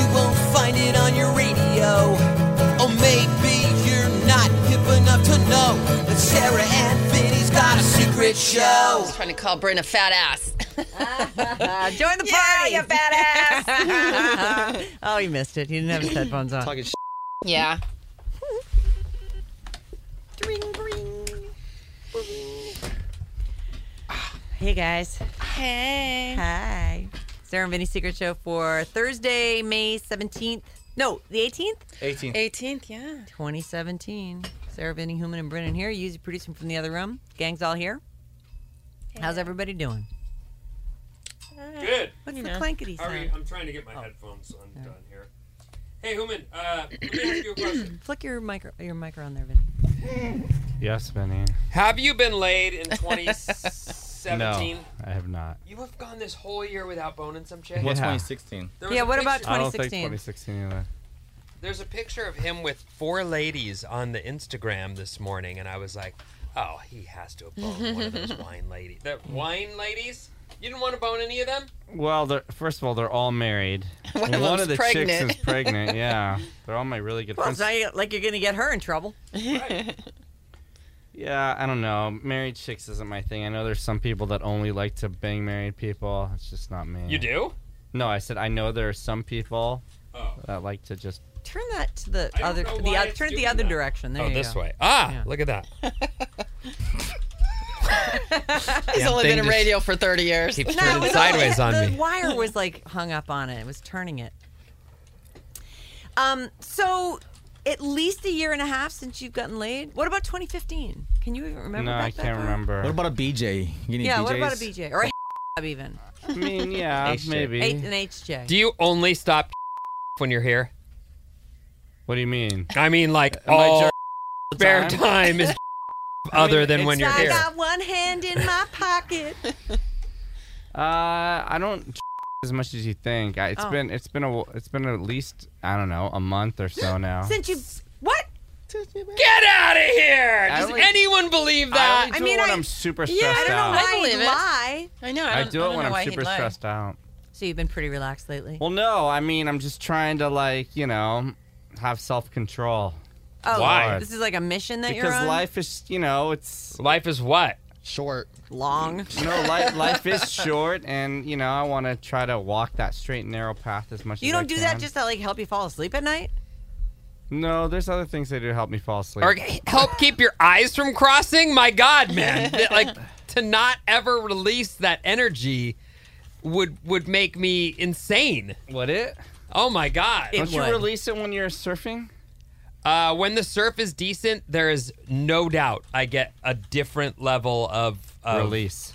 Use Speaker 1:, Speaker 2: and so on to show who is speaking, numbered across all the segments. Speaker 1: You won't find it on your radio. Or maybe you're not hip enough to know that Sarah and Vinny's got a secret show.
Speaker 2: trying to call Brynn a fat ass.
Speaker 3: Uh, join the
Speaker 2: Yeah, you fat ass.
Speaker 4: Oh, you missed it. He didn't have his headphones on.
Speaker 2: yeah.
Speaker 4: Hey guys.
Speaker 2: Hey.
Speaker 4: Hi. Sarah and Vinny Secret Show for Thursday, May 17th. No, the 18th?
Speaker 2: 18th, yeah.
Speaker 4: 2017. Sarah Vinny Human and Brennan here. Use producing from the other room. Gang's all here. How's everybody doing?
Speaker 5: Good.
Speaker 4: What's the clankety
Speaker 5: How are you?
Speaker 4: sound?
Speaker 5: I'm trying to
Speaker 4: Oh.
Speaker 5: get my headphones undone here. Hey, Human, uh, let me ask you a question.
Speaker 4: Flick your micro your micro on there, Vinny.
Speaker 6: Yes, Benny.
Speaker 5: Have you been laid in 2017?
Speaker 6: No, I have not.
Speaker 5: You have gone this whole year without boning some chick.
Speaker 6: What's Yeah.
Speaker 7: 2016?
Speaker 5: There was
Speaker 4: Yeah,
Speaker 5: a
Speaker 4: what about
Speaker 5: picture-
Speaker 6: I don't think
Speaker 4: 2016.
Speaker 6: 2016 either.
Speaker 5: There's a picture of him with four ladies on the Instagram this morning, and I was like, oh, he has to have boned one of those wine ladies. The wine ladies? You didn't want to bone any of them?
Speaker 6: Well, they're, first of all, they're all married.
Speaker 2: One
Speaker 6: And
Speaker 2: of
Speaker 6: one
Speaker 2: them's
Speaker 6: of the
Speaker 2: pregnant.
Speaker 6: chicks is pregnant. Yeah, they're all my really good
Speaker 4: Well,
Speaker 6: friends.
Speaker 4: it's not like you're going to get her in trouble.
Speaker 6: yeah, I don't know. Married chicks isn't my thing. I know there's some people that only like to bang married people. It's just not me.
Speaker 5: You do?
Speaker 6: No, I said I know there are some people
Speaker 5: Oh.
Speaker 6: that like to just.
Speaker 4: Turn that to the
Speaker 5: I don't
Speaker 4: other
Speaker 5: know
Speaker 4: the
Speaker 5: why
Speaker 4: other
Speaker 5: it's
Speaker 4: turn it the
Speaker 5: doing
Speaker 4: other
Speaker 5: that.
Speaker 4: direction. There
Speaker 5: Oh,
Speaker 4: you
Speaker 5: this
Speaker 4: go.
Speaker 5: way. Ah,
Speaker 4: Yeah.
Speaker 5: look at that.
Speaker 2: He's
Speaker 5: thing
Speaker 2: only been in
Speaker 5: just
Speaker 2: radio for 30 years.
Speaker 5: Keeps
Speaker 4: No, it
Speaker 5: turning
Speaker 4: was only-
Speaker 5: sideways on
Speaker 4: the
Speaker 5: me.
Speaker 4: wire was like hung up on it. It was turning it. Um. So, at least a year and a half since you've gotten laid. What about 2015? Can you even remember?
Speaker 6: no,
Speaker 4: back
Speaker 6: I
Speaker 4: that
Speaker 6: can't
Speaker 4: far?
Speaker 6: remember.
Speaker 7: What about a BJ? You need
Speaker 4: Yeah.
Speaker 7: BJs?
Speaker 4: What about a BJ or a even?
Speaker 6: I mean, yeah,
Speaker 7: H-J.
Speaker 6: maybe.
Speaker 4: Eight and HJ.
Speaker 5: Do you only stop when you're here?
Speaker 6: What do you mean?
Speaker 5: I mean, like
Speaker 6: Am I
Speaker 5: all
Speaker 6: jerk
Speaker 5: spare
Speaker 6: time?
Speaker 5: time, is other
Speaker 6: mean,
Speaker 5: than when you're
Speaker 6: it's-
Speaker 4: I
Speaker 5: here.
Speaker 4: got one hand in my pocket.
Speaker 6: Uh, I don't as much as you think. I, it's
Speaker 4: Oh.
Speaker 6: been it's been a it's been at least I don't know a month or so now.
Speaker 4: since you what?
Speaker 5: Get out of here!
Speaker 6: I
Speaker 5: Does
Speaker 6: only-
Speaker 5: anyone believe
Speaker 6: I
Speaker 5: that?
Speaker 6: only
Speaker 4: I
Speaker 6: do
Speaker 4: mean,
Speaker 6: it when
Speaker 4: I-
Speaker 6: I, am super
Speaker 4: Yeah.
Speaker 6: stressed
Speaker 4: I don't know
Speaker 6: out.
Speaker 4: why
Speaker 2: I
Speaker 4: I
Speaker 2: believe it.
Speaker 4: lie.
Speaker 2: I know. I,
Speaker 6: I
Speaker 2: don't,
Speaker 6: do
Speaker 2: I
Speaker 6: it
Speaker 2: don't
Speaker 6: when
Speaker 2: know why
Speaker 6: I'm
Speaker 2: he'd
Speaker 6: super
Speaker 2: lie.
Speaker 6: stressed out.
Speaker 4: So you've been pretty relaxed lately.
Speaker 6: Well, no, I mean I'm just trying to like you know have self control
Speaker 4: oh,
Speaker 5: why?
Speaker 4: This is like a mission that you're
Speaker 6: because
Speaker 4: on.
Speaker 6: life is you know it's
Speaker 5: Life is what?
Speaker 7: Short.
Speaker 4: long.
Speaker 6: no life life is short and you know I want to try to walk that straight and narrow path as much.
Speaker 4: You
Speaker 6: as I
Speaker 4: don't do that
Speaker 6: can.
Speaker 4: just to like help you fall asleep at night.
Speaker 6: no. There's other things that do help me fall asleep.
Speaker 5: Or help keep your eyes from crossing? My God, man! That, like to not ever release that energy would would make me insane.
Speaker 6: Would it?
Speaker 5: Oh my God!
Speaker 6: Don't you
Speaker 4: would.
Speaker 6: release it when you're surfing?
Speaker 5: Uh, when the surf is decent, there is no doubt I get a different level of, of
Speaker 6: Release.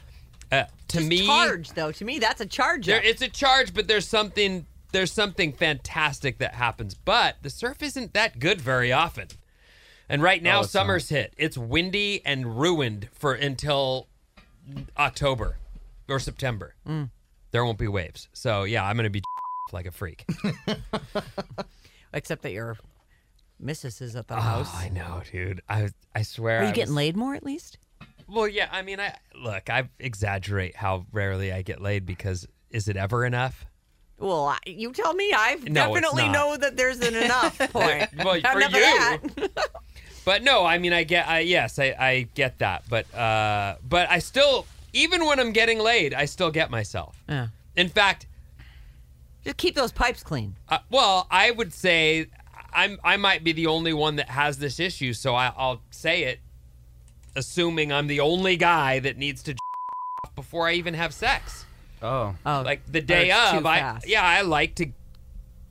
Speaker 5: Uh, to me,
Speaker 4: charge though. To me, that's a charge.
Speaker 5: There,
Speaker 4: up.
Speaker 5: it's a charge, but there's something there's something fantastic that happens. But the surf isn't that good very often. And right now,
Speaker 6: it's
Speaker 5: summer's hit. Oh, It's windy and ruined for until October or September. There won't be waves. So yeah, I'm gonna be like a freak.
Speaker 4: Except that your missus is at the house.
Speaker 5: I know, dude. I I swear.
Speaker 4: Are you
Speaker 5: I
Speaker 4: getting
Speaker 5: was-
Speaker 4: laid more at least?
Speaker 5: Well, yeah. I mean, I look. I exaggerate how rarely I get laid because is it ever enough?
Speaker 4: Well, I- you tell me. I have
Speaker 5: No, it's
Speaker 4: definitely
Speaker 5: not.
Speaker 4: know that there's an enough point.
Speaker 5: Well,
Speaker 4: Enough
Speaker 5: for
Speaker 4: of that.
Speaker 5: you. but no, I mean, I get, I yes, I, I get that, but uh, but I still, even when I'm getting laid, I still get myself.
Speaker 4: Yeah.
Speaker 5: In fact,
Speaker 4: Just keep those pipes clean.
Speaker 5: uh, well, I would say I'm, I might be the only one that has this issue, so I, I'll say it. assuming I'm the only guy that needs to off before I even have sex.
Speaker 6: Oh.
Speaker 4: Oh,
Speaker 5: Like
Speaker 4: oh,
Speaker 5: the day
Speaker 4: it's too
Speaker 5: of, I
Speaker 4: fast.
Speaker 5: yeah, I like to.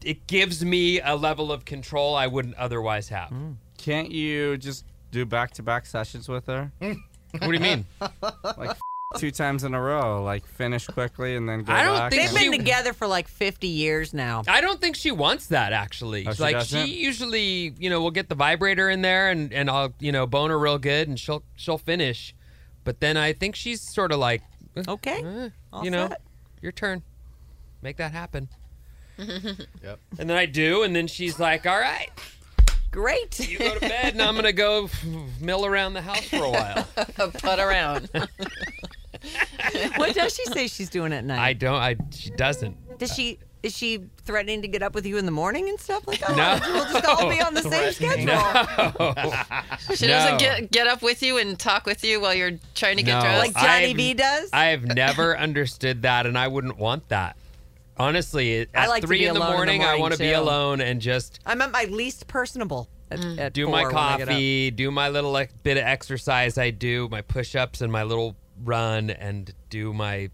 Speaker 5: It gives me a level of control I wouldn't otherwise have.
Speaker 4: Mm.
Speaker 6: Can't you just do back to back sessions with her?
Speaker 5: What do you mean?
Speaker 6: Like f- two times in a row. Like finish quickly and then go
Speaker 5: I don't
Speaker 6: back
Speaker 5: think
Speaker 6: and-
Speaker 4: They've been
Speaker 5: She-
Speaker 4: together for like 50 years now.
Speaker 5: I don't think she wants that actually.
Speaker 6: Oh, she
Speaker 5: like
Speaker 6: doesn't?
Speaker 5: she usually, you know, will get the vibrator in there and and I'll, you know, bone her real good and she'll she'll finish. But then I think she's sort of like, eh,
Speaker 4: Okay.
Speaker 5: eh,
Speaker 4: all
Speaker 5: you know,
Speaker 4: set.
Speaker 5: your turn. Make that happen. And then I do and then she's like, "All right,
Speaker 4: Great.
Speaker 5: you go to bed and I'm going to go mill around the house for a while."
Speaker 2: Put around.
Speaker 4: what does she say she's doing at
Speaker 5: I
Speaker 4: night?
Speaker 5: don't I she doesn't.
Speaker 4: does she is she threatening to get up with you in the morning and stuff like that?
Speaker 5: No.
Speaker 4: We'll just all be on the same schedule.
Speaker 2: She
Speaker 5: No.
Speaker 2: doesn't get get up with you and talk with you while you're trying to get
Speaker 5: No.
Speaker 2: dressed.
Speaker 4: Like Johnny
Speaker 5: I've-
Speaker 4: B does?
Speaker 5: I have never understood that, and I wouldn't want that. Honestly, at
Speaker 4: I like to
Speaker 5: three
Speaker 4: be
Speaker 5: in, the
Speaker 4: alone in the
Speaker 5: morning, I
Speaker 4: morning,
Speaker 5: want to be
Speaker 4: too.
Speaker 5: alone and just
Speaker 4: I'm at my least personable at, at
Speaker 5: Mm. do
Speaker 4: four
Speaker 5: my
Speaker 4: when I get up.
Speaker 5: coffee, do my little like, bit of exercise I do, my push ups and my little run, and do my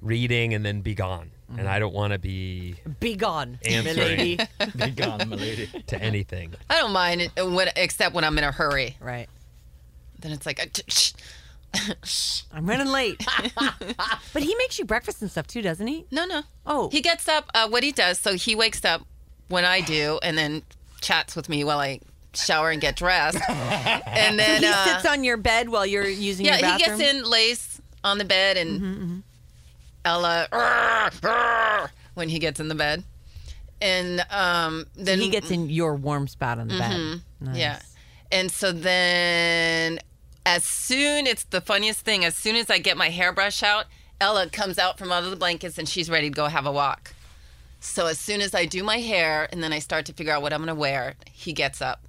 Speaker 5: reading, and then be gone. And
Speaker 4: Mm-hmm.
Speaker 5: I don't want to be
Speaker 4: Be gone,
Speaker 5: Answering.
Speaker 4: milady.
Speaker 7: Be gone, my lady.
Speaker 5: to anything.
Speaker 2: I don't mind it when, except when I'm in a hurry.
Speaker 4: Right.
Speaker 2: Then it's like, uh, tch, tch.
Speaker 4: I'm running late. but he makes you breakfast and stuff too, doesn't he?
Speaker 2: no, no.
Speaker 4: Oh.
Speaker 2: He gets up. Uh, what he does, so he wakes up when I do, and then chats with me while I shower and get dressed, and then
Speaker 4: he
Speaker 2: uh,
Speaker 4: sits on your bed while you're using
Speaker 2: yeah,
Speaker 4: your
Speaker 2: he
Speaker 4: bathroom. Mm-hmm,
Speaker 2: gets in, lays on the bed, and Ella "Arr, arr," when he gets in the bed, and um, then
Speaker 4: He gets in your warm spot on the
Speaker 2: Mm-hmm.
Speaker 4: bed. Nice.
Speaker 2: Yeah. And so then, as soon it's the funniest thing. As soon as I get my hairbrush out, Ella comes out from under the blankets and she's ready to go have a walk. So as soon as I do my hair and then I start to figure out what I'm gonna wear, he gets up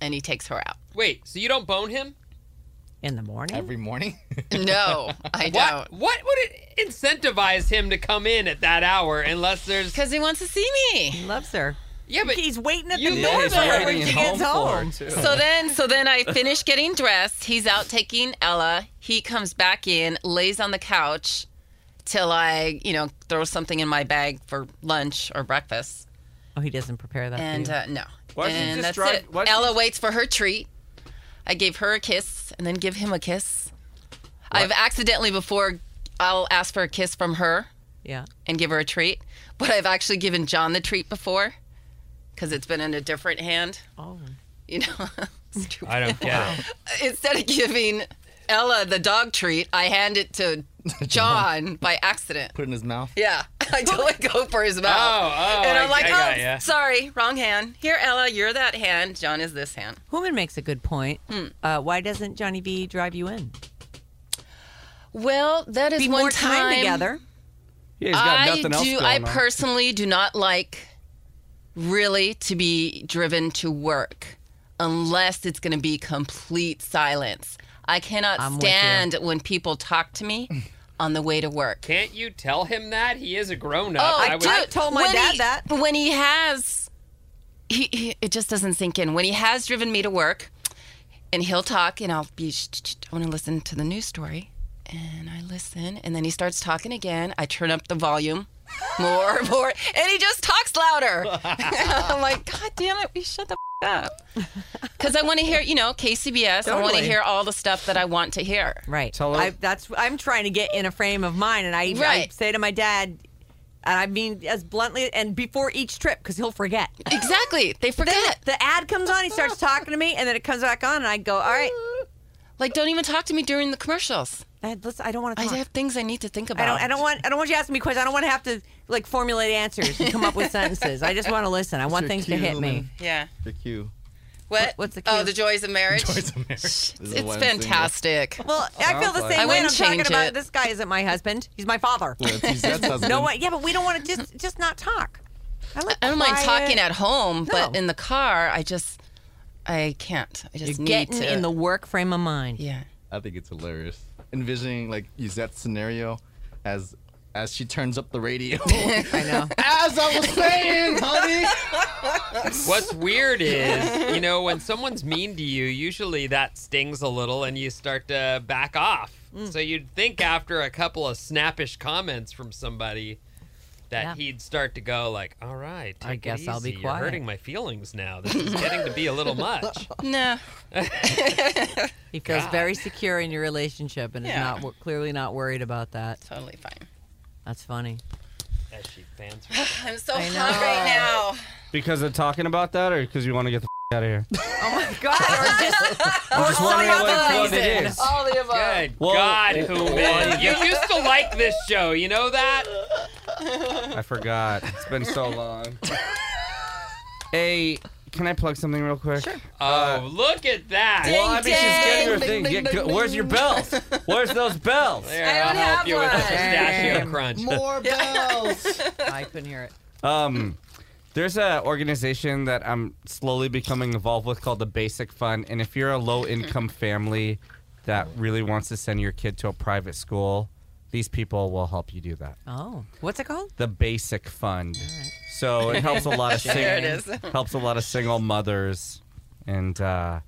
Speaker 2: and he takes her out.
Speaker 5: Wait, so you don't bone him?
Speaker 4: In the morning.
Speaker 7: Every morning?
Speaker 2: No, I
Speaker 5: What?
Speaker 2: don't.
Speaker 5: What would it incentivize him to come in at that hour unless there's.
Speaker 2: Because he wants to see me.
Speaker 4: He loves her.
Speaker 5: Yeah, but
Speaker 4: He's waiting at the
Speaker 5: You-
Speaker 4: door
Speaker 5: Yeah, he's
Speaker 4: for her
Speaker 5: waiting
Speaker 4: when she
Speaker 5: at
Speaker 4: gets home.
Speaker 7: too.
Speaker 2: So then, so then I finish getting dressed. He's out taking Ella. He comes back in, lays on the couch, till I, you know, throw something in my bag for lunch or breakfast.
Speaker 4: Oh, he doesn't prepare that. for
Speaker 2: And
Speaker 4: you.
Speaker 2: uh, no.
Speaker 6: Why don't you
Speaker 2: and
Speaker 6: just
Speaker 2: that's
Speaker 6: drive- why don't
Speaker 2: it.
Speaker 6: you
Speaker 2: Ella
Speaker 6: just-
Speaker 2: waits for her treat. I gave her a kiss and then give him a kiss. I've accidentally before I'll ask for a kiss from her
Speaker 4: yeah.
Speaker 2: and give her a treat, but I've actually given John the treat before because it's been in a different hand.
Speaker 4: Oh.
Speaker 2: You know,
Speaker 5: I don't get it.
Speaker 2: instead of giving Ella the dog treat, I hand it to John by accident.
Speaker 7: Put it in his mouth.
Speaker 2: Yeah, I totally go for his mouth.
Speaker 5: Oh, oh,
Speaker 2: and
Speaker 5: I-
Speaker 2: I'm like,
Speaker 5: I got
Speaker 2: oh,
Speaker 5: ya."
Speaker 2: sorry, wrong hand. Here, Ella, you're that hand. John is this hand.
Speaker 4: Human makes a good point. Uh, why doesn't Johnny B drive you in?
Speaker 2: Well, that is
Speaker 4: Be
Speaker 2: one
Speaker 4: more time, together.
Speaker 6: Yeah, he's got
Speaker 2: I
Speaker 6: nothing else
Speaker 2: do.
Speaker 6: going
Speaker 2: I
Speaker 6: on.
Speaker 2: personally do not like really to be driven to work unless it's going to be complete silence. I cannot
Speaker 4: I'm with ya.
Speaker 2: stand when people talk to me on the way to work.
Speaker 5: Can't you tell him that? He is a grown up.
Speaker 2: Oh,
Speaker 5: I would
Speaker 2: dude,
Speaker 4: I told my
Speaker 2: when
Speaker 4: dad
Speaker 2: he-
Speaker 4: that.
Speaker 2: when he has, he, he it just doesn't sink in. When he has driven me to work, and he'll talk, and I'll be, "Shh, shh, shh, I want to listen to the news story, and I listen, and then he starts talking again. I turn up the volume. More, more, and he just talks louder. I'm like, God damn it, we shut the f- up. Because I want to hear, you know, KCBS. I want to
Speaker 4: Totally.
Speaker 2: hear all the stuff that I want to hear.
Speaker 4: Right.
Speaker 6: Tell her-
Speaker 4: I, that's I'm trying to get in a frame of mind, and I, I
Speaker 2: Right.
Speaker 4: say to my dad, and I mean as bluntly, and before each trip because he'll forget.
Speaker 2: Exactly. They forget.
Speaker 4: The ad comes on, he starts talking to me, and then it comes back on, and I go, all right,
Speaker 2: Like, don't even talk to me during the commercials.
Speaker 4: I, listen, I don't want to
Speaker 2: I
Speaker 4: talk.
Speaker 2: have things I need to think about.
Speaker 4: I don't. I don't want. I don't want you asking me questions. I don't want to have to like formulate answers and come up with sentences. I just want to listen. I want
Speaker 7: your
Speaker 4: things to
Speaker 7: cue,
Speaker 4: hit me.
Speaker 7: Lumen.
Speaker 2: Yeah.
Speaker 7: Your cue.
Speaker 2: What?
Speaker 4: what's the
Speaker 2: Oh,
Speaker 4: cue?
Speaker 2: the joys of marriage.
Speaker 7: Joys of marriage. This is
Speaker 2: It's,
Speaker 7: why I'm
Speaker 2: it's
Speaker 7: single.
Speaker 2: fantastic.
Speaker 4: Well, I feel the
Speaker 6: Sounds
Speaker 4: same
Speaker 6: like-
Speaker 2: I
Speaker 4: way. and I'm
Speaker 2: wouldn't
Speaker 4: talking
Speaker 2: change
Speaker 4: about
Speaker 2: it. Mm-hmm.
Speaker 4: this guy isn't my husband. He's my father.
Speaker 7: Well, it's- he's- that's husband.
Speaker 4: No one. Yeah, but we don't want to just just not talk. I, like
Speaker 2: I don't mind
Speaker 4: quiet.
Speaker 2: talking at home, but
Speaker 4: No.
Speaker 2: in the car, I just, I can't. I just
Speaker 4: You're
Speaker 2: need
Speaker 4: getting
Speaker 2: to.
Speaker 4: in the work frame of mind.
Speaker 2: yeah.
Speaker 7: I think it's hilarious. Envisioning like Yuzette's scenario as as she turns up the radio.
Speaker 4: I know.
Speaker 7: as I was saying, honey.
Speaker 5: What's weird is, you know, when someone's mean to you, usually that stings a little and you start to back off.
Speaker 4: Mm.
Speaker 5: So you'd think after a couple of snappish comments from somebody that
Speaker 4: Yeah.
Speaker 5: he'd start to go like, "All right,
Speaker 4: I
Speaker 5: take it
Speaker 4: guess I'll be
Speaker 5: easy.
Speaker 4: quiet."
Speaker 5: You're hurting my feelings now. This is getting to be a little much."
Speaker 2: No.
Speaker 4: He feels very secure in your relationship and is
Speaker 2: Yeah.
Speaker 4: not wo- clearly not worried about that.
Speaker 2: Totally fine.
Speaker 4: That's funny.
Speaker 5: As she fans
Speaker 2: I'm so
Speaker 4: I know.
Speaker 2: hot right now.
Speaker 6: Because of talking about that, or because you want to get the f- out of here?
Speaker 4: God, or just
Speaker 6: I'm just wondering what, what it is.
Speaker 3: All the above.
Speaker 5: Good
Speaker 6: Well,
Speaker 5: God,
Speaker 6: it-
Speaker 5: Hooman. You used to like this show, you know that?
Speaker 6: I forgot. It's been so long. hey, can I plug something real quick? Sure.
Speaker 5: Oh, look at that.
Speaker 6: Well, I mean, she's getting her
Speaker 2: ding,
Speaker 6: thing.
Speaker 2: ding,
Speaker 6: Get
Speaker 2: ding,
Speaker 6: go- Where's your bells? Where's those bells?
Speaker 5: There,
Speaker 3: I don't
Speaker 5: I'll help
Speaker 3: have
Speaker 5: you with the
Speaker 3: one.
Speaker 5: pistachio crunch.
Speaker 7: More bells.
Speaker 4: I couldn't hear it.
Speaker 6: Um, there's a organization that I'm slowly becoming involved with called the Basic Fund, and if you're a low income family that really wants to send your kid to a private school, these people will help you do that.
Speaker 4: Oh, what's it called?
Speaker 6: The Basic Fund. So it helps a lot of sing-
Speaker 2: it is.
Speaker 6: helps a lot of single mothers, and uh,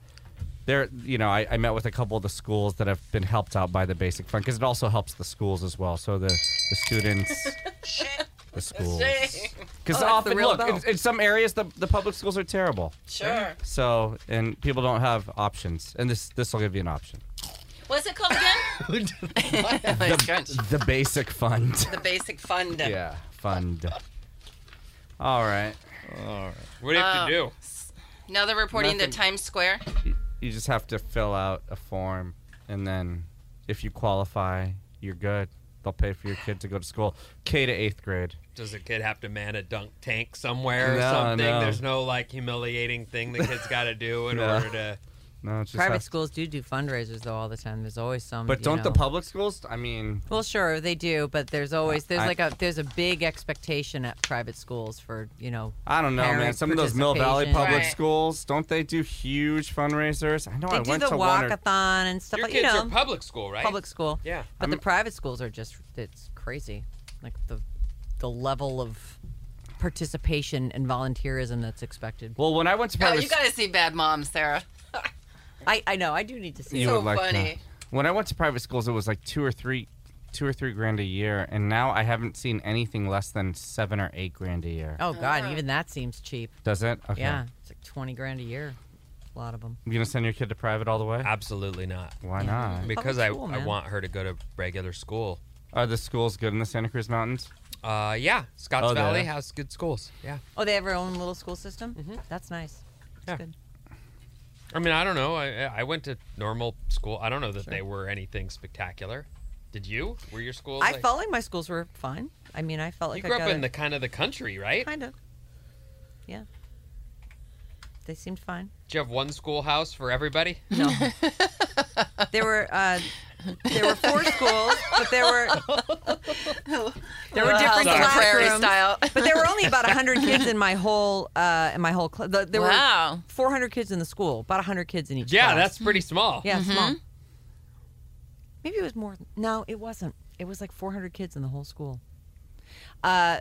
Speaker 6: there you know I, I met with a couple of the schools that have been helped out by the Basic Fund because it also helps the schools as well. So the the students. The schools, because
Speaker 4: Oh, that's the
Speaker 6: often
Speaker 4: real
Speaker 6: look in,
Speaker 4: bell.
Speaker 6: in some areas the, the public schools are terrible.
Speaker 2: Sure.
Speaker 6: So and people don't have options, and this this will give you an option.
Speaker 2: What's it called again?
Speaker 6: The, the basic fund.
Speaker 2: the basic fund.
Speaker 6: yeah, fund. All right.
Speaker 5: What do you
Speaker 4: Uh,
Speaker 5: have to do?
Speaker 2: Now they're reporting
Speaker 6: Nothing.
Speaker 2: to Times Square.
Speaker 6: you just have to fill out a form and then if you qualify you're good they'll pay for your kid to go to school k to eighth grade
Speaker 5: Does a kid have to man a dunk tank somewhere or
Speaker 6: No,
Speaker 5: something?
Speaker 6: no.
Speaker 5: There's no like humiliating thing the kid's got to do in
Speaker 6: No.
Speaker 5: order to.
Speaker 6: no it's just
Speaker 4: Private
Speaker 6: has-
Speaker 4: schools do do fundraisers though all the time. There's always some.
Speaker 6: but
Speaker 4: you
Speaker 6: don't the
Speaker 4: know-
Speaker 6: public schools i mean
Speaker 4: Well, sure they do, but there's always there's
Speaker 6: I-
Speaker 4: like a there's a big expectation at private schools for you know.
Speaker 6: i don't know man
Speaker 4: Parent
Speaker 6: some of those mill valley
Speaker 4: participation.
Speaker 6: public
Speaker 2: Right.
Speaker 6: schools don't they do huge fundraisers Oh, i know
Speaker 4: They
Speaker 6: i
Speaker 4: do
Speaker 6: went
Speaker 4: the
Speaker 6: to one or,
Speaker 4: walkathon and stuff
Speaker 5: Your
Speaker 4: like
Speaker 5: kids
Speaker 4: you know
Speaker 5: are public school, right?
Speaker 4: public school.
Speaker 5: Yeah.
Speaker 4: But the private schools are just it's crazy. Like the the level of participation and volunteerism that's expected.
Speaker 6: well when i went to
Speaker 2: Oh,
Speaker 6: private
Speaker 2: you gotta see Bad Mom, Sarah.
Speaker 4: I, I know, I do need to see
Speaker 6: you
Speaker 2: so
Speaker 6: would like to-
Speaker 2: funny.
Speaker 6: When I went to private schools, it was like two or three, two or three grand a year, and now I haven't seen anything less than seven or eight grand a year.
Speaker 4: Oh god, even that seems cheap.
Speaker 6: Does it? Okay.
Speaker 4: Yeah. It's like 20 grand a year. A lot of them.
Speaker 6: You gonna send your kid to private all the way?
Speaker 5: Absolutely not.
Speaker 6: Why not?
Speaker 5: Because
Speaker 4: Public
Speaker 5: I,
Speaker 4: school,
Speaker 5: I
Speaker 4: man.
Speaker 5: want her to go to regular school.
Speaker 6: Are the schools good in the Santa Cruz Mountains?
Speaker 5: Uh, yeah, Scotts
Speaker 6: Oh, there.
Speaker 5: Valley has good schools. Yeah.
Speaker 4: Oh, they have their own little school system? Mm-hmm. That's nice.
Speaker 5: Yeah.
Speaker 4: That's good.
Speaker 5: I mean, I don't know. I I went to normal school. I don't know that they were anything spectacular. Did you? Were your schools?
Speaker 4: I
Speaker 5: like-
Speaker 4: felt like my schools were fine. I mean, I felt
Speaker 5: You
Speaker 4: like
Speaker 5: grew
Speaker 4: I got
Speaker 5: up in
Speaker 4: a-
Speaker 5: the kind of the country, right?
Speaker 4: kind of. Yeah. They seemed fine.
Speaker 5: Did you have one schoolhouse for everybody?
Speaker 4: No. there were uh, there were four schools, but there were there were different
Speaker 2: House on prairie
Speaker 4: classrooms.
Speaker 2: style.
Speaker 4: But there were only about 100 kids in my whole uh, in my whole class. There
Speaker 2: Wow.
Speaker 4: were 400 kids in the school, about 100 kids in each
Speaker 5: Yeah,
Speaker 4: class.
Speaker 5: that's pretty small.
Speaker 4: Hmm. yeah, small. Maybe it was more. No, it wasn't. It was like 400 kids in the whole school. Uh,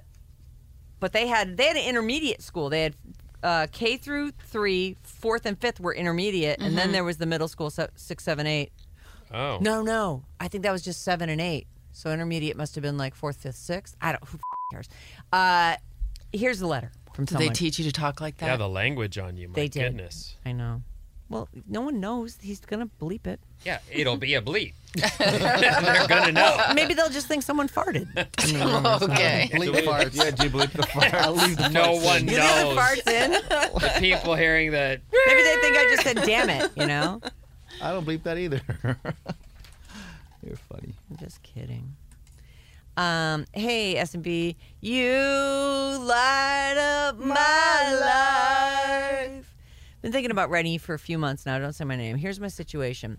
Speaker 4: but they had they had an intermediate school. They had uh, K through three, fourth and fifth were intermediate, and then there was the middle school so, six, seven, eight.
Speaker 5: Oh.
Speaker 4: Mm-hmm. No, no. I think that was just seven and eight. So intermediate must have been like fourth, fifth, sixth. I don't. Who f- cares? Uh, here's the letter from
Speaker 2: They
Speaker 4: someone.
Speaker 2: teach you to talk like that.
Speaker 5: Yeah, the language on you. My
Speaker 4: They did.
Speaker 5: goodness.
Speaker 4: I know. Well, no one knows. He's gonna bleep it.
Speaker 5: Yeah, it'll be a bleep. They're gonna know.
Speaker 4: Maybe they'll just think someone farted. I mean,
Speaker 2: okay.
Speaker 7: Bleep farts.
Speaker 6: Yeah, do you believe the
Speaker 7: I
Speaker 6: fire?
Speaker 7: leave the
Speaker 5: No
Speaker 7: farts
Speaker 5: one
Speaker 7: in.
Speaker 4: you know
Speaker 5: knows.
Speaker 4: the farts in.
Speaker 5: The people hearing that.
Speaker 4: Maybe they think I just said "damn it." You know.
Speaker 7: I don't bleep that either. You're funny.
Speaker 4: I'm just kidding. Um, hey S and B, you light up my life. Been thinking about writing you for a few months now. Don't say my name. Here's my situation: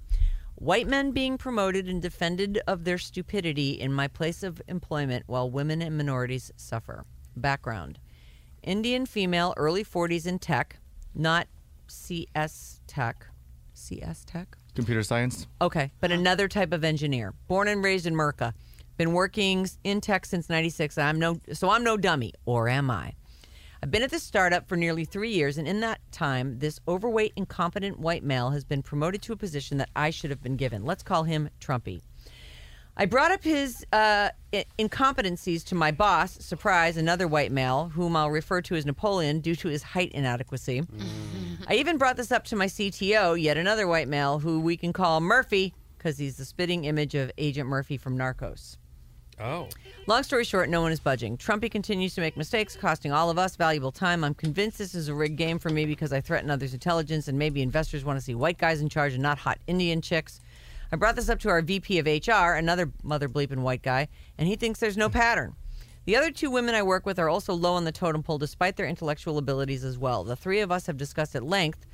Speaker 4: white men being promoted and defended of their stupidity in my place of employment, while women and minorities suffer. Background: Indian female, early 40s in tech, not CS tech, CS tech.
Speaker 7: Computer science.
Speaker 4: Okay, but another type of engineer. Born and raised in Merca. Been working in tech since 96. I'm no so I'm no dummy or am I? I've been at this startup for nearly 3 years and in that time this overweight incompetent white male has been promoted to a position that I should have been given. Let's call him Trumpy. I brought up his uh, i- incompetencies to my boss, surprise, another white male, whom I'll refer to as Napoleon due to his height inadequacy. I even brought this up to my CTO, yet another white male, who we can call Murphy because he's the spitting image of Agent Murphy from Narcos.
Speaker 5: Oh.
Speaker 4: Long story short, no one is budging. Trumpy continues to make mistakes, costing all of us valuable time. I'm convinced this is a rigged game for me because I threaten others' intelligence, and maybe investors want to see white guys in charge and not hot Indian chicks. I brought this up to our VP of HR, another mother bleeping white guy, and he thinks there's no pattern. The other two women I work with are also low on the totem pole despite their intellectual abilities as well. The three of us have discussed at length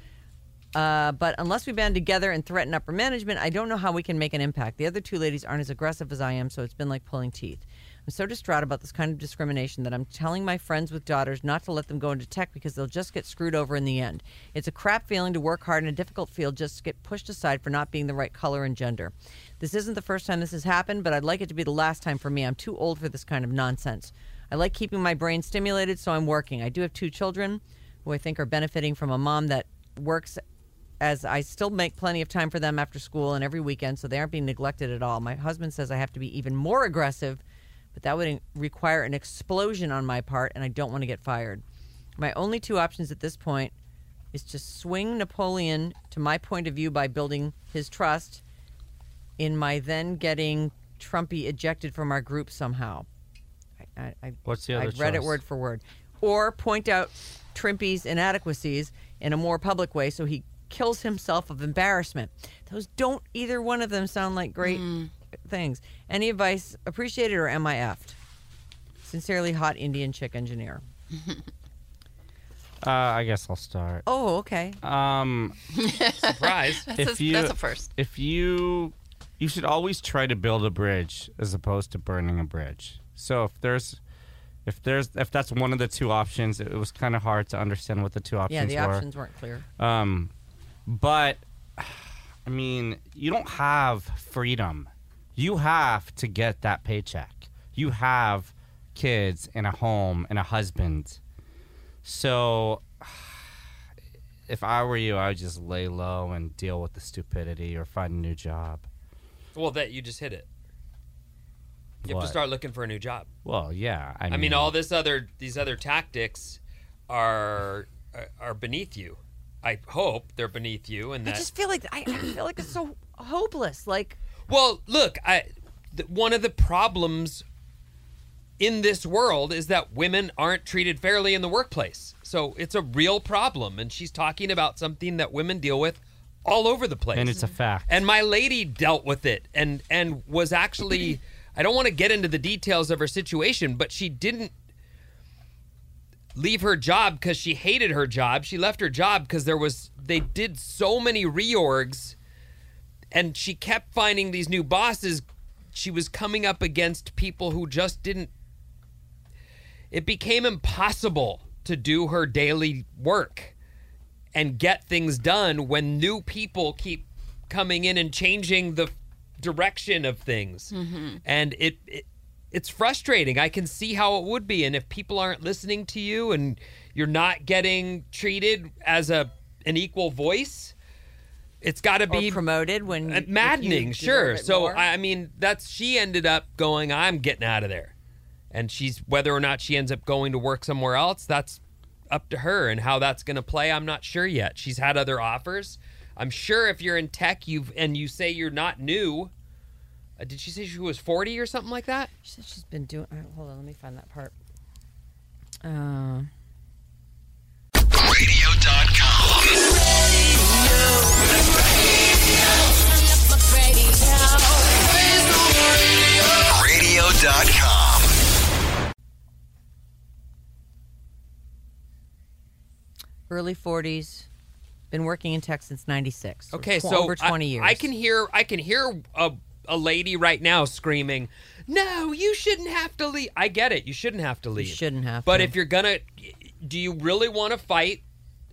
Speaker 4: uh, but unless we band together and threaten upper management, I don't know how we can make an impact. The other two ladies aren't as aggressive as I am, so it's been like pulling teeth. I'm so distraught about this kind of discrimination that I'm telling my friends with daughters not to let them go into tech because they'll just get screwed over in the end. It's a crap feeling to work hard in a difficult field just to get pushed aside for not being the right color and gender. This isn't the first time this has happened, but I'd like it to be the last time for me. I'm too old for this kind of nonsense. I like keeping my brain stimulated, so I'm working. I do have two children who I think are benefiting from a mom that works as I still make plenty of time for them after school and every weekend, so they aren't being neglected at all. My husband says I have to be even more aggressive, but that would in- require an explosion on my part, and I don't want to get fired. My only two options at this point is to swing Napoleon to my point of view by building his trust in my then getting Trumpy ejected from our group somehow. I, I, I,
Speaker 6: What's the
Speaker 4: I
Speaker 6: other
Speaker 4: read it
Speaker 6: choice?
Speaker 4: word for word. Or point out Trimpy's inadequacies in a more public way so he kills himself of embarrassment. Those don't either one of them sound like great things. Any advice appreciated or am I effed? Sincerely, hot Indian chick engineer.
Speaker 6: Uh, I guess I'll start.
Speaker 4: Oh, okay.
Speaker 6: Um,
Speaker 5: Surprise.
Speaker 2: That's,
Speaker 6: If
Speaker 2: a,
Speaker 6: you-
Speaker 2: that's a first.
Speaker 6: if you you should always try to build a bridge as opposed to burning a bridge. So if there's if there's if that's one of the two options, it was kind of hard to understand what the two
Speaker 4: yeah,
Speaker 6: options
Speaker 4: the
Speaker 6: were.
Speaker 4: options weren't clear.
Speaker 6: Um, but I mean, you don't have freedom. You have to get that paycheck. You have kids and a home and a husband. So if I were you, I would just lay low and deal with the stupidity or find a new job.
Speaker 5: Well, that you just hit it. You have
Speaker 6: What? Hmm.
Speaker 5: to start looking for a new job.
Speaker 6: Well, yeah. I,
Speaker 5: I mean, all this other these other tactics are are beneath you. I hope they're beneath you, and
Speaker 4: I
Speaker 5: that
Speaker 4: just feel like I, I feel like it's so hopeless. Like
Speaker 5: Well, look, I th- one of the problems in this world is that women aren't treated fairly in the workplace. So it's a real problem, and she's talking about something that women deal with all over the place.
Speaker 6: and it's a fact.
Speaker 5: And my lady dealt with it and and was actually I don't want to get into the details of her situation, but she didn't leave her job cuz she hated her job. She left her job cuz there was they did so many reorgs and she kept finding these new bosses. She was coming up against people who just didn't it became impossible to do her daily work and get things done when new people keep coming in and changing the direction of things. And it, it it's frustrating. I can see how it would be and if people aren't listening to you and you're not getting treated as a an equal voice, it's got to
Speaker 4: or
Speaker 5: be
Speaker 4: promoted when
Speaker 5: uh,
Speaker 4: if you
Speaker 5: maddening,
Speaker 4: deserve
Speaker 5: sure.
Speaker 4: it
Speaker 5: So
Speaker 4: more.
Speaker 5: I I mean, that's she ended up going. I'm getting out of there, and she's whether or not she ends up going to work somewhere else. That's up to her, and how that's going to play. I'm not sure yet. She's had other offers. I'm sure if you're in tech, you've and you say you're not new. Uh, did she say she was 40 or something like that?
Speaker 4: She said she's been doing. all right, hold on, let me find that part. Uh,
Speaker 1: Radio.com.
Speaker 4: early 40s. Been working in tech since '96.
Speaker 5: Okay,
Speaker 4: tw-
Speaker 5: so
Speaker 4: over
Speaker 5: I-
Speaker 4: 20 years.
Speaker 5: I can hear I can hear a a lady right now screaming, "No, you shouldn't have to leave." I get it. You shouldn't have to leave.
Speaker 4: shouldn't have
Speaker 5: But
Speaker 4: to.
Speaker 5: if you're going to do you really want to fight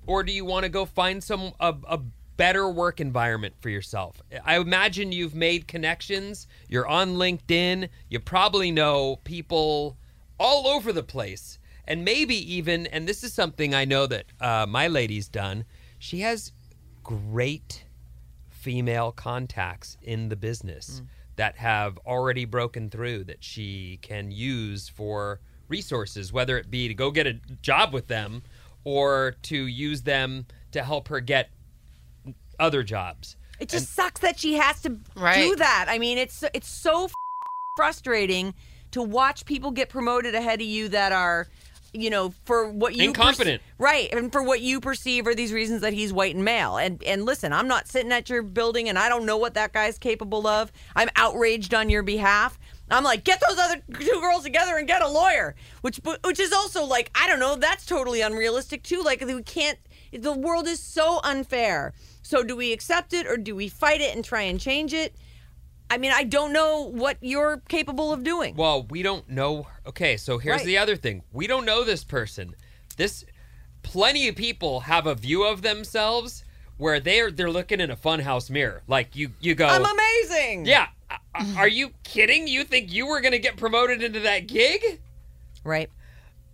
Speaker 5: or do you want to go find some a, a better work environment for yourself. I imagine you've made connections, you're on LinkedIn, you probably know people all over the place. And maybe even, and this is something I know that uh, my lady's done, she has great female contacts in the business
Speaker 4: Mm.
Speaker 5: that have already broken through that she can use for resources, whether it be to go get a job with them or to use them to help her get other jobs.
Speaker 4: It just sucks that she has to do
Speaker 2: Right.
Speaker 4: that. I mean, it's it's so f- frustrating to watch people get promoted ahead of you that are, you know, for what you perce-
Speaker 5: Incompetent.
Speaker 4: right, and for what you perceive are these reasons that he's white and male. And and listen, I'm not sitting at your building and I don't know what that guy's capable of. I'm outraged on your behalf. I'm like, get those other two girls together and get a lawyer, which which is also like, I don't know, that's totally unrealistic too. Like we can't the world is so unfair. So do we accept it or do we fight it and try and change it? I mean, I don't know what you're capable of doing.
Speaker 5: Well, we don't know. Okay, so here's
Speaker 4: Right.
Speaker 5: the other thing. We don't know this person. This plenty of people have a view of themselves where they're they're looking in a funhouse mirror. Like you you go
Speaker 4: I'm amazing.
Speaker 5: Yeah, a- a- are you kidding? You think you were going to get promoted into that gig?
Speaker 4: Right.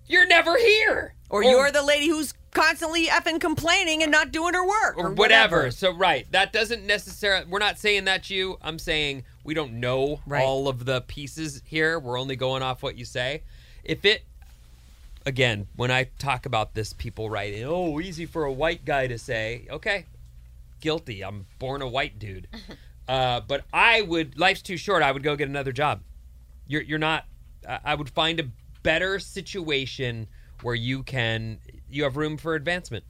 Speaker 5: You're never here.
Speaker 4: Or, you're the lady who's constantly effing complaining and not doing her work
Speaker 5: or whatever. So right, that doesn't necessarily. We're not saying that's you. I'm saying we don't know
Speaker 4: Right.
Speaker 5: all of the pieces here. We're only going off what you say. If it, again, when I talk about this, people write, in, "Oh, easy for a white guy to say." Okay, guilty. I'm born a white dude. Uh, but I would. Life's too short. I would go get another job. You're you're not. I I would find a better situation where you can you have room for advancement.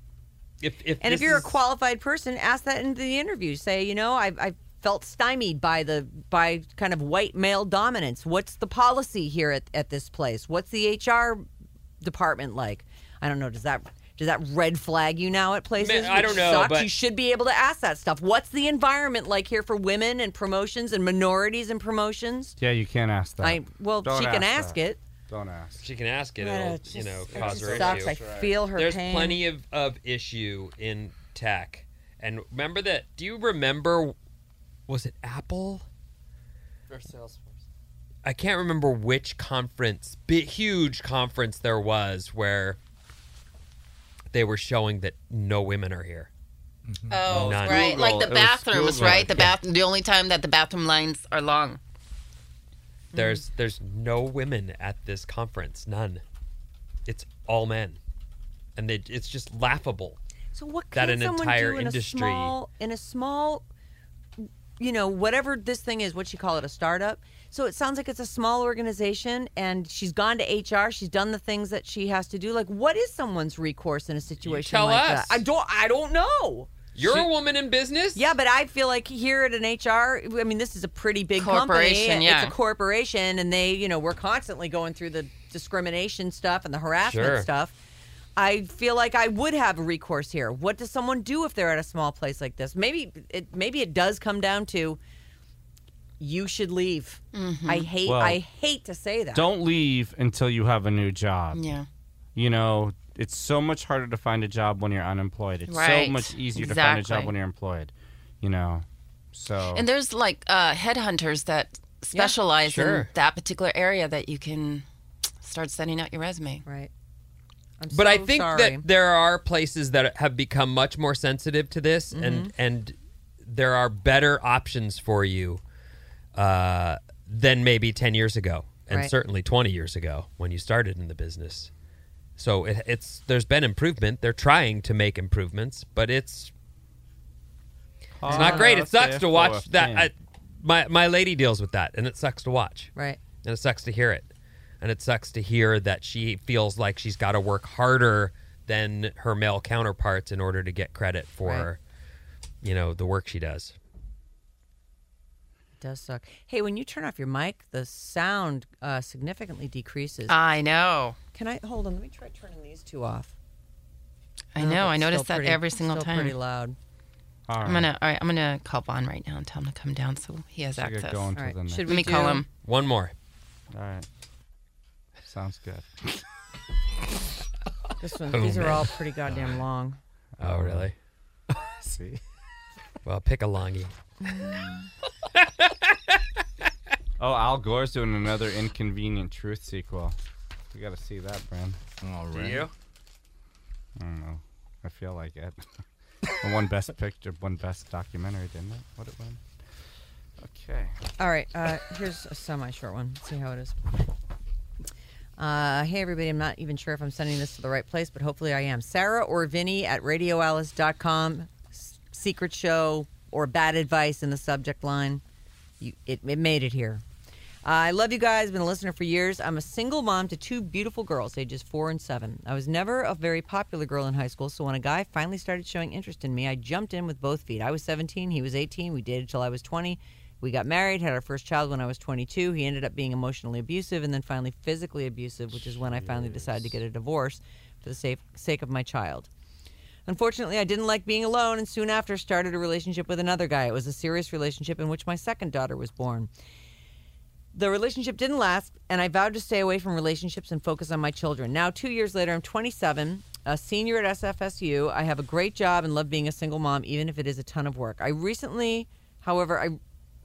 Speaker 5: If if
Speaker 4: And if
Speaker 5: this
Speaker 4: you're
Speaker 5: is-
Speaker 4: a qualified person, ask that in the interview. Say, you know, I, I felt stymied by the by kind of white male dominance. What's the policy here at, at this place? What's the HR department like? I don't know. Does that does that red flag you now at places?
Speaker 5: Man, I
Speaker 4: which
Speaker 5: don't know,
Speaker 4: sucks?
Speaker 5: but-
Speaker 4: you should be able to ask that stuff. What's the environment like here for women and promotions and minorities and promotions?
Speaker 6: Yeah, you can't ask that.
Speaker 4: I well,
Speaker 6: Don't
Speaker 4: she can ask
Speaker 6: that.
Speaker 4: it.
Speaker 6: Don't ask.
Speaker 5: she can ask it,
Speaker 4: But
Speaker 5: it'll,
Speaker 4: it
Speaker 5: you know,
Speaker 4: just- it
Speaker 5: cause
Speaker 4: just
Speaker 5: her
Speaker 4: sucks.
Speaker 5: issue.
Speaker 4: I feel her
Speaker 5: There's
Speaker 4: pain.
Speaker 5: plenty of, of issue in tech. And remember that, do you remember, was it Apple? I can't remember which conference, big, huge conference there was where they were showing that no women are here.
Speaker 4: Mm,
Speaker 2: Oh,
Speaker 5: None.
Speaker 2: right. Like
Speaker 6: Google.
Speaker 2: the
Speaker 6: It was
Speaker 2: bathrooms,
Speaker 6: Google.
Speaker 2: right? The bath. The only time that the bathroom lines are long.
Speaker 4: Mm-hmm.
Speaker 5: There's there's no women at this conference, none. It's all men, and they, it's just laughable.
Speaker 4: So what
Speaker 5: that
Speaker 4: can
Speaker 5: an
Speaker 4: someone
Speaker 5: entire
Speaker 4: do in a
Speaker 5: industry-
Speaker 4: small in a small you know whatever this thing is what she call it a startup so it sounds like it's a small organization and she's gone to HR she's done the things that she has to do like what is someone's recourse in a situation
Speaker 5: tell
Speaker 4: like
Speaker 5: us.
Speaker 4: that I don't I don't know
Speaker 5: You're a woman in business.
Speaker 4: yeah, but I feel like here at an HR, I mean, this is a pretty big
Speaker 2: Corporation,
Speaker 4: Company.
Speaker 2: yeah.
Speaker 4: It's a corporation, and they, you know, we're constantly going through the discrimination stuff and the harassment
Speaker 5: Sure.
Speaker 4: stuff. I feel like I would have a recourse here. What does someone do if they're at a small place like this? Maybe it maybe it does come down to you should leave.
Speaker 5: Mm-hmm.
Speaker 4: I hate
Speaker 6: Well,
Speaker 4: I hate to say that.
Speaker 6: Don't leave until you have a new job.
Speaker 2: Yeah.
Speaker 6: You know, it's so much harder to find a job when you're unemployed. It's
Speaker 2: Right.
Speaker 6: so much easier to find a job
Speaker 2: Exactly.
Speaker 6: when you're employed. You know, so
Speaker 2: And there's like uh, headhunters that specialize in
Speaker 5: sure.
Speaker 2: that particular area that you can start sending out your resume.
Speaker 4: right. I'm
Speaker 5: but I
Speaker 4: so
Speaker 5: think
Speaker 4: sorry.
Speaker 5: that there are places that have become much more sensitive to this,
Speaker 4: Mm-hmm.
Speaker 5: and and there are better options for you uh, than maybe ten years ago, and
Speaker 4: Right.
Speaker 5: certainly twenty years ago when you started in the business. So it, it's there's been improvement. They're trying to make improvements, but it's it's not great. It sucks to watch that. I, my my lady deals with that, and it sucks to watch
Speaker 4: right.
Speaker 5: and it sucks to hear it and it sucks to hear that she feels like she's got to work harder than her male counterparts in order to get credit for you know the work she does
Speaker 4: It does suck. Hey, when you turn off your mic, the sound uh, significantly decreases.
Speaker 5: Uh,
Speaker 2: I know.
Speaker 4: Can I hold on? Let me try turning these two off.
Speaker 2: I know.
Speaker 4: Oh,
Speaker 2: I
Speaker 4: It's
Speaker 2: noticed
Speaker 4: still
Speaker 2: that
Speaker 4: pretty-
Speaker 2: every single
Speaker 4: still
Speaker 2: time.
Speaker 4: Pretty loud.
Speaker 6: All
Speaker 5: uh,
Speaker 2: I'm
Speaker 6: right,
Speaker 2: gonna. All right. I'm gonna call Vaughn right now and tell him to come down so he has
Speaker 6: we
Speaker 2: access.
Speaker 6: could go
Speaker 2: Let
Speaker 6: into
Speaker 4: All right,
Speaker 6: the next.
Speaker 4: should we-
Speaker 2: me call
Speaker 4: do-
Speaker 2: him.
Speaker 5: one more
Speaker 6: All right, sounds good.
Speaker 4: This one. these are all pretty goddamn long.
Speaker 5: oh really
Speaker 6: See,
Speaker 5: Well, pick a longie.
Speaker 6: Oh, Al Gore's doing another Inconvenient Truth sequel. You got to see that, Bran.
Speaker 7: All right.
Speaker 6: I don't know. I feel like it. And one best picture, one best documentary, didn't it? What it won? Okay.
Speaker 4: All right, uh, here's a semi-short one. see how it is. Uh, hey everybody, I'm not even sure if I'm sending this to the right place, but hopefully I am. Sarah or Vinny at RadioAlice.com. s- Secret show or bad advice in the subject line. You, it, it made it here. I love you guys. Been a listener for years. I'm a single mom to two beautiful girls, ages four and seven. I was never a very popular girl in high school, so when a guy finally started showing interest in me, I jumped in with both feet. I was 17, he was 18. We dated till I was 20. We got married, had our first child when I was 22. He ended up being emotionally abusive and then finally physically abusive, which is when I finally decided to get a divorce for the safe, sake of my child. Unfortunately, I didn't like being alone and soon after started a relationship with another guy. It was a serious relationship in which my second daughter was born. The relationship didn't last, and I vowed to stay away from relationships and focus on my children. Now, two years later, I'm 27, a senior at SFSU. I have a great job and love being a single mom, even if it is a ton of work. I recently, however, I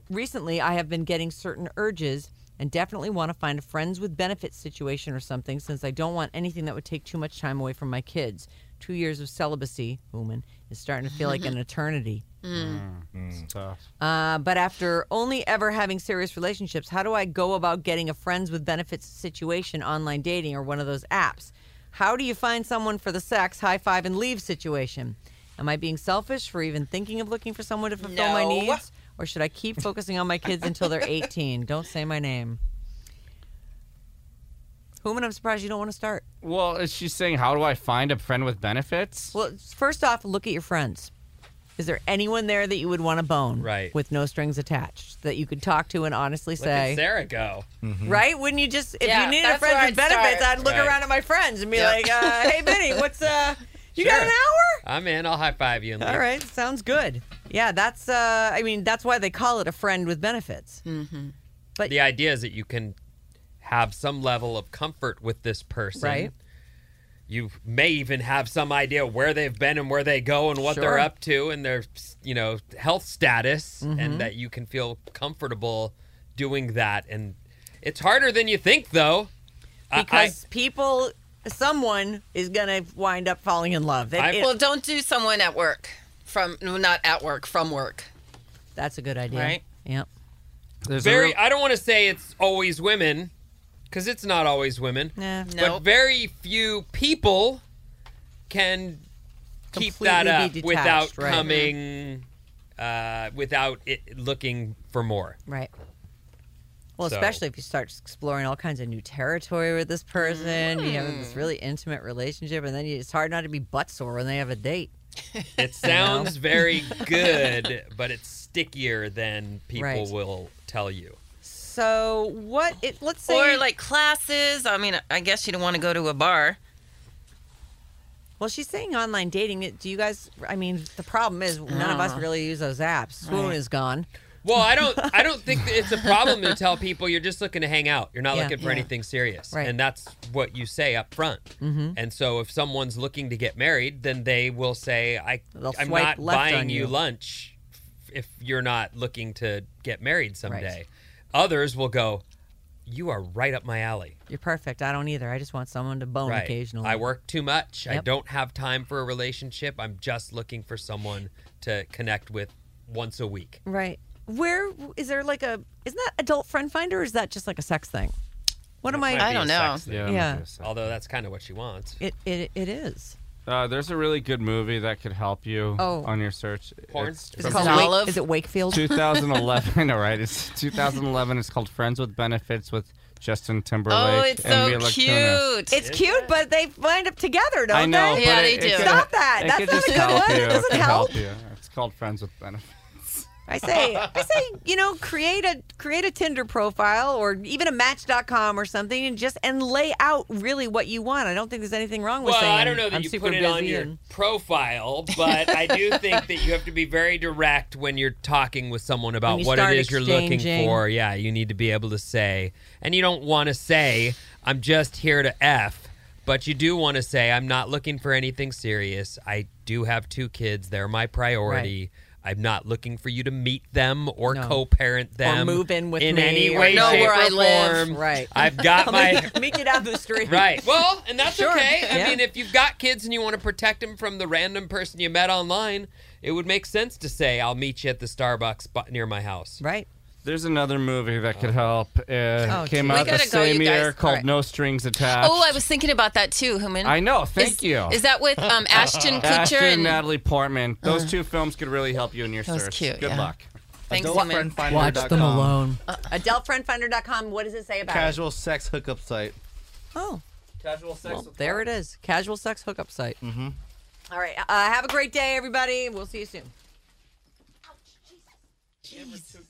Speaker 4: recently I have been getting certain urges and definitely want to find a friends with benefits situation or something, since I don't want anything that would take too much time away from my kids. Two years of celibacy, woman, is starting to feel like an eternity.
Speaker 6: It's tough.
Speaker 4: Uh, but after only ever having serious relationships, how do I go about getting a friends with benefits situation, online dating, or one of those apps? How do you find someone for the sex, high five, and leave situation? Am I being selfish for even thinking of looking for someone to fulfill my
Speaker 2: No.
Speaker 4: needs? Or should I keep focusing on my kids until they're 18? Don't say my name. Human, I'm surprised you don't want to start.
Speaker 6: Well, is she saying, how do I find a friend with benefits?
Speaker 4: Well, first off, look at your friends. Is there anyone there that you would want to bone?
Speaker 5: Right.
Speaker 4: With no strings attached that you could talk to and honestly
Speaker 5: Look at
Speaker 4: say,
Speaker 5: Sarah go.
Speaker 4: right? Wouldn't you just, if
Speaker 2: Yeah,
Speaker 4: you needed a
Speaker 2: that's
Speaker 4: friend
Speaker 2: where
Speaker 4: with
Speaker 2: I'd
Speaker 4: benefits,
Speaker 2: start.
Speaker 4: I'd look
Speaker 5: Right.
Speaker 4: around at my friends and be
Speaker 2: Yep.
Speaker 4: like, uh, hey, Benny, what's, uh, you got
Speaker 5: Sure.
Speaker 4: an hour?
Speaker 5: I'm in. I'll high five you. And
Speaker 4: All
Speaker 5: leave.
Speaker 4: right, sounds good. Yeah, that's, uh, I mean, that's why they call it a friend with benefits.
Speaker 2: Hmm.
Speaker 5: The idea is that you can have some level of comfort with this person.
Speaker 4: Right.
Speaker 5: You may even have some idea where they've been and where they go and what
Speaker 4: Sure.
Speaker 5: they're up to and their, you know, health status,
Speaker 4: Mm-hmm.
Speaker 5: and that you can feel comfortable doing that. And it's harder than you think, though. I- I-
Speaker 4: Because people, someone is going to wind up falling in love. It-
Speaker 5: I-
Speaker 4: it-
Speaker 2: Well, don't do someone at work. From no, not at work, from work.
Speaker 4: that's a good idea.
Speaker 2: Right.
Speaker 4: Yep.
Speaker 6: There's a
Speaker 5: very
Speaker 6: real-
Speaker 5: i don't want to say it's always women because it's not always women
Speaker 4: Nah.
Speaker 5: but
Speaker 2: Nope.
Speaker 5: very few people can keep
Speaker 4: Completely
Speaker 5: that
Speaker 4: be
Speaker 5: up
Speaker 4: detached,
Speaker 5: without
Speaker 4: right. Mm-hmm.
Speaker 5: coming uh, without it looking for more
Speaker 4: Right. Well,
Speaker 5: So-
Speaker 4: especially if you start exploring all kinds of new territory with this person, you have
Speaker 5: Mm.
Speaker 4: this really intimate relationship, and then you, it's hard not to be butt sore when they have a date.
Speaker 5: it sounds very good but it's stickier than people
Speaker 4: Right.
Speaker 5: will tell you
Speaker 4: So what? It let's say
Speaker 2: Or like classes. I mean, I guess you don't want to go to a bar.
Speaker 4: well, she's saying online dating. It- Do you guys? I mean, the problem is none
Speaker 5: Ah.
Speaker 4: of us really use those apps. Swoon is gone.
Speaker 5: well i don't i don't think that it's a problem to tell people you're just looking to hang out you're not
Speaker 4: Yeah.
Speaker 5: looking for anything serious
Speaker 4: Right.
Speaker 5: and that's what you say up front
Speaker 4: Mm-hmm.
Speaker 5: and so if someone's looking to get married then they will say i
Speaker 4: They'll
Speaker 5: i'm
Speaker 4: swipe
Speaker 5: not
Speaker 4: left
Speaker 5: buying
Speaker 4: on
Speaker 5: you
Speaker 4: you."
Speaker 5: lunch f- if you're not looking to get married someday others will go you are right up my alley
Speaker 4: You're perfect. I don't either. I just want someone to bone
Speaker 5: right
Speaker 4: occasionally.
Speaker 5: i work too much i
Speaker 4: Yep.
Speaker 5: don't have time for a relationship i'm just looking for someone to connect with once a week
Speaker 4: Right. Where is there like a? Isn't that adult friend finder? or Is that just like a sex thing? What am
Speaker 5: Might
Speaker 4: I?
Speaker 2: I
Speaker 5: be
Speaker 2: don't
Speaker 5: a
Speaker 2: know.
Speaker 5: sex thing,
Speaker 6: Yeah, that might be
Speaker 4: Yeah.
Speaker 6: a sign.
Speaker 5: although that's kind of what she wants
Speaker 4: It, it it is.
Speaker 6: Uh, there's a really good movie that could help you
Speaker 4: Oh.
Speaker 6: on your search.
Speaker 5: Porn?
Speaker 6: It's
Speaker 5: Is
Speaker 4: Is it
Speaker 6: from
Speaker 4: called
Speaker 2: it
Speaker 4: Wake-
Speaker 2: Olive?
Speaker 4: Is it Wakefield?
Speaker 6: 2011. All right, it's 2011. It's called Friends with Benefits with Justin Timberlake.
Speaker 2: Oh, it's
Speaker 6: and
Speaker 2: so
Speaker 6: Mila Kunis.
Speaker 2: cute.
Speaker 4: It's cute, but they wind up together, don't
Speaker 6: I know,
Speaker 4: they?
Speaker 2: Yeah,
Speaker 6: but
Speaker 2: they
Speaker 6: it, it
Speaker 2: do.
Speaker 6: could-
Speaker 4: Stop that.
Speaker 6: it
Speaker 4: That's
Speaker 6: could
Speaker 4: not
Speaker 6: just
Speaker 4: a good one. It
Speaker 6: You.
Speaker 4: doesn't
Speaker 6: could
Speaker 4: help.
Speaker 6: you. It's called Friends with Benefits.
Speaker 4: I say, I say, you know, create a create a Tinder profile or even a Match.com or something, and just and lay out really what you want. I don't think there's anything wrong with
Speaker 5: Well,
Speaker 4: saying.
Speaker 5: I don't know that
Speaker 4: I'm
Speaker 5: you
Speaker 4: super
Speaker 5: put it on
Speaker 4: busy
Speaker 5: your
Speaker 4: and-
Speaker 5: profile, but I do think that you have to be very direct when you're talking with someone about
Speaker 4: you
Speaker 5: what it
Speaker 4: start
Speaker 5: is you're looking
Speaker 4: exchanging.
Speaker 5: for. Yeah, you need to be able to say, and you don't want to say, I'm just here to F, but you do want to say, I'm not looking for anything serious. I do have two kids, they're my priority. I'm not looking for you to meet them or
Speaker 4: No.
Speaker 5: co-parent them
Speaker 4: move in with
Speaker 5: in
Speaker 4: me
Speaker 5: any
Speaker 4: or
Speaker 5: way,
Speaker 2: know
Speaker 5: shape,
Speaker 2: where
Speaker 5: or
Speaker 2: I live.
Speaker 5: form.
Speaker 4: Right.
Speaker 5: I've got my
Speaker 4: Make it out of the street.
Speaker 5: right. Well, and that's
Speaker 4: Sure.
Speaker 5: okay. I
Speaker 4: Yeah.
Speaker 5: mean, if you've got kids and you want to protect them from the random person you met online, it would make sense to say, "I'll meet you at the Starbucks bu- near my house."
Speaker 4: Right.
Speaker 6: There's another movie that could help. It came
Speaker 4: geez.
Speaker 6: out
Speaker 2: Oh, We
Speaker 6: the
Speaker 2: gotta go, you
Speaker 6: same
Speaker 2: guys.
Speaker 6: year
Speaker 2: All
Speaker 6: called
Speaker 2: right.
Speaker 6: No Strings Attached.
Speaker 2: Oh, I was thinking about that too, Human.
Speaker 6: I know. Thank
Speaker 2: Is-
Speaker 6: you.
Speaker 2: Is that with um, Ashton Kutcher
Speaker 6: Ashton
Speaker 2: and Uh.
Speaker 6: Natalie Portman. Those two films could really help you in your
Speaker 2: was
Speaker 6: search.
Speaker 2: cute,
Speaker 6: Good
Speaker 2: yeah.
Speaker 6: luck.
Speaker 2: Thanks, Human.
Speaker 7: com.
Speaker 4: AdultFriendFinder.com. What does it say about it?
Speaker 7: Casual sex hookup site.
Speaker 4: Oh,
Speaker 6: Casual sex.
Speaker 4: well, there it is. Casual sex hookup site. Mm-hmm. right. Uh, have a great day, everybody. We'll see you soon.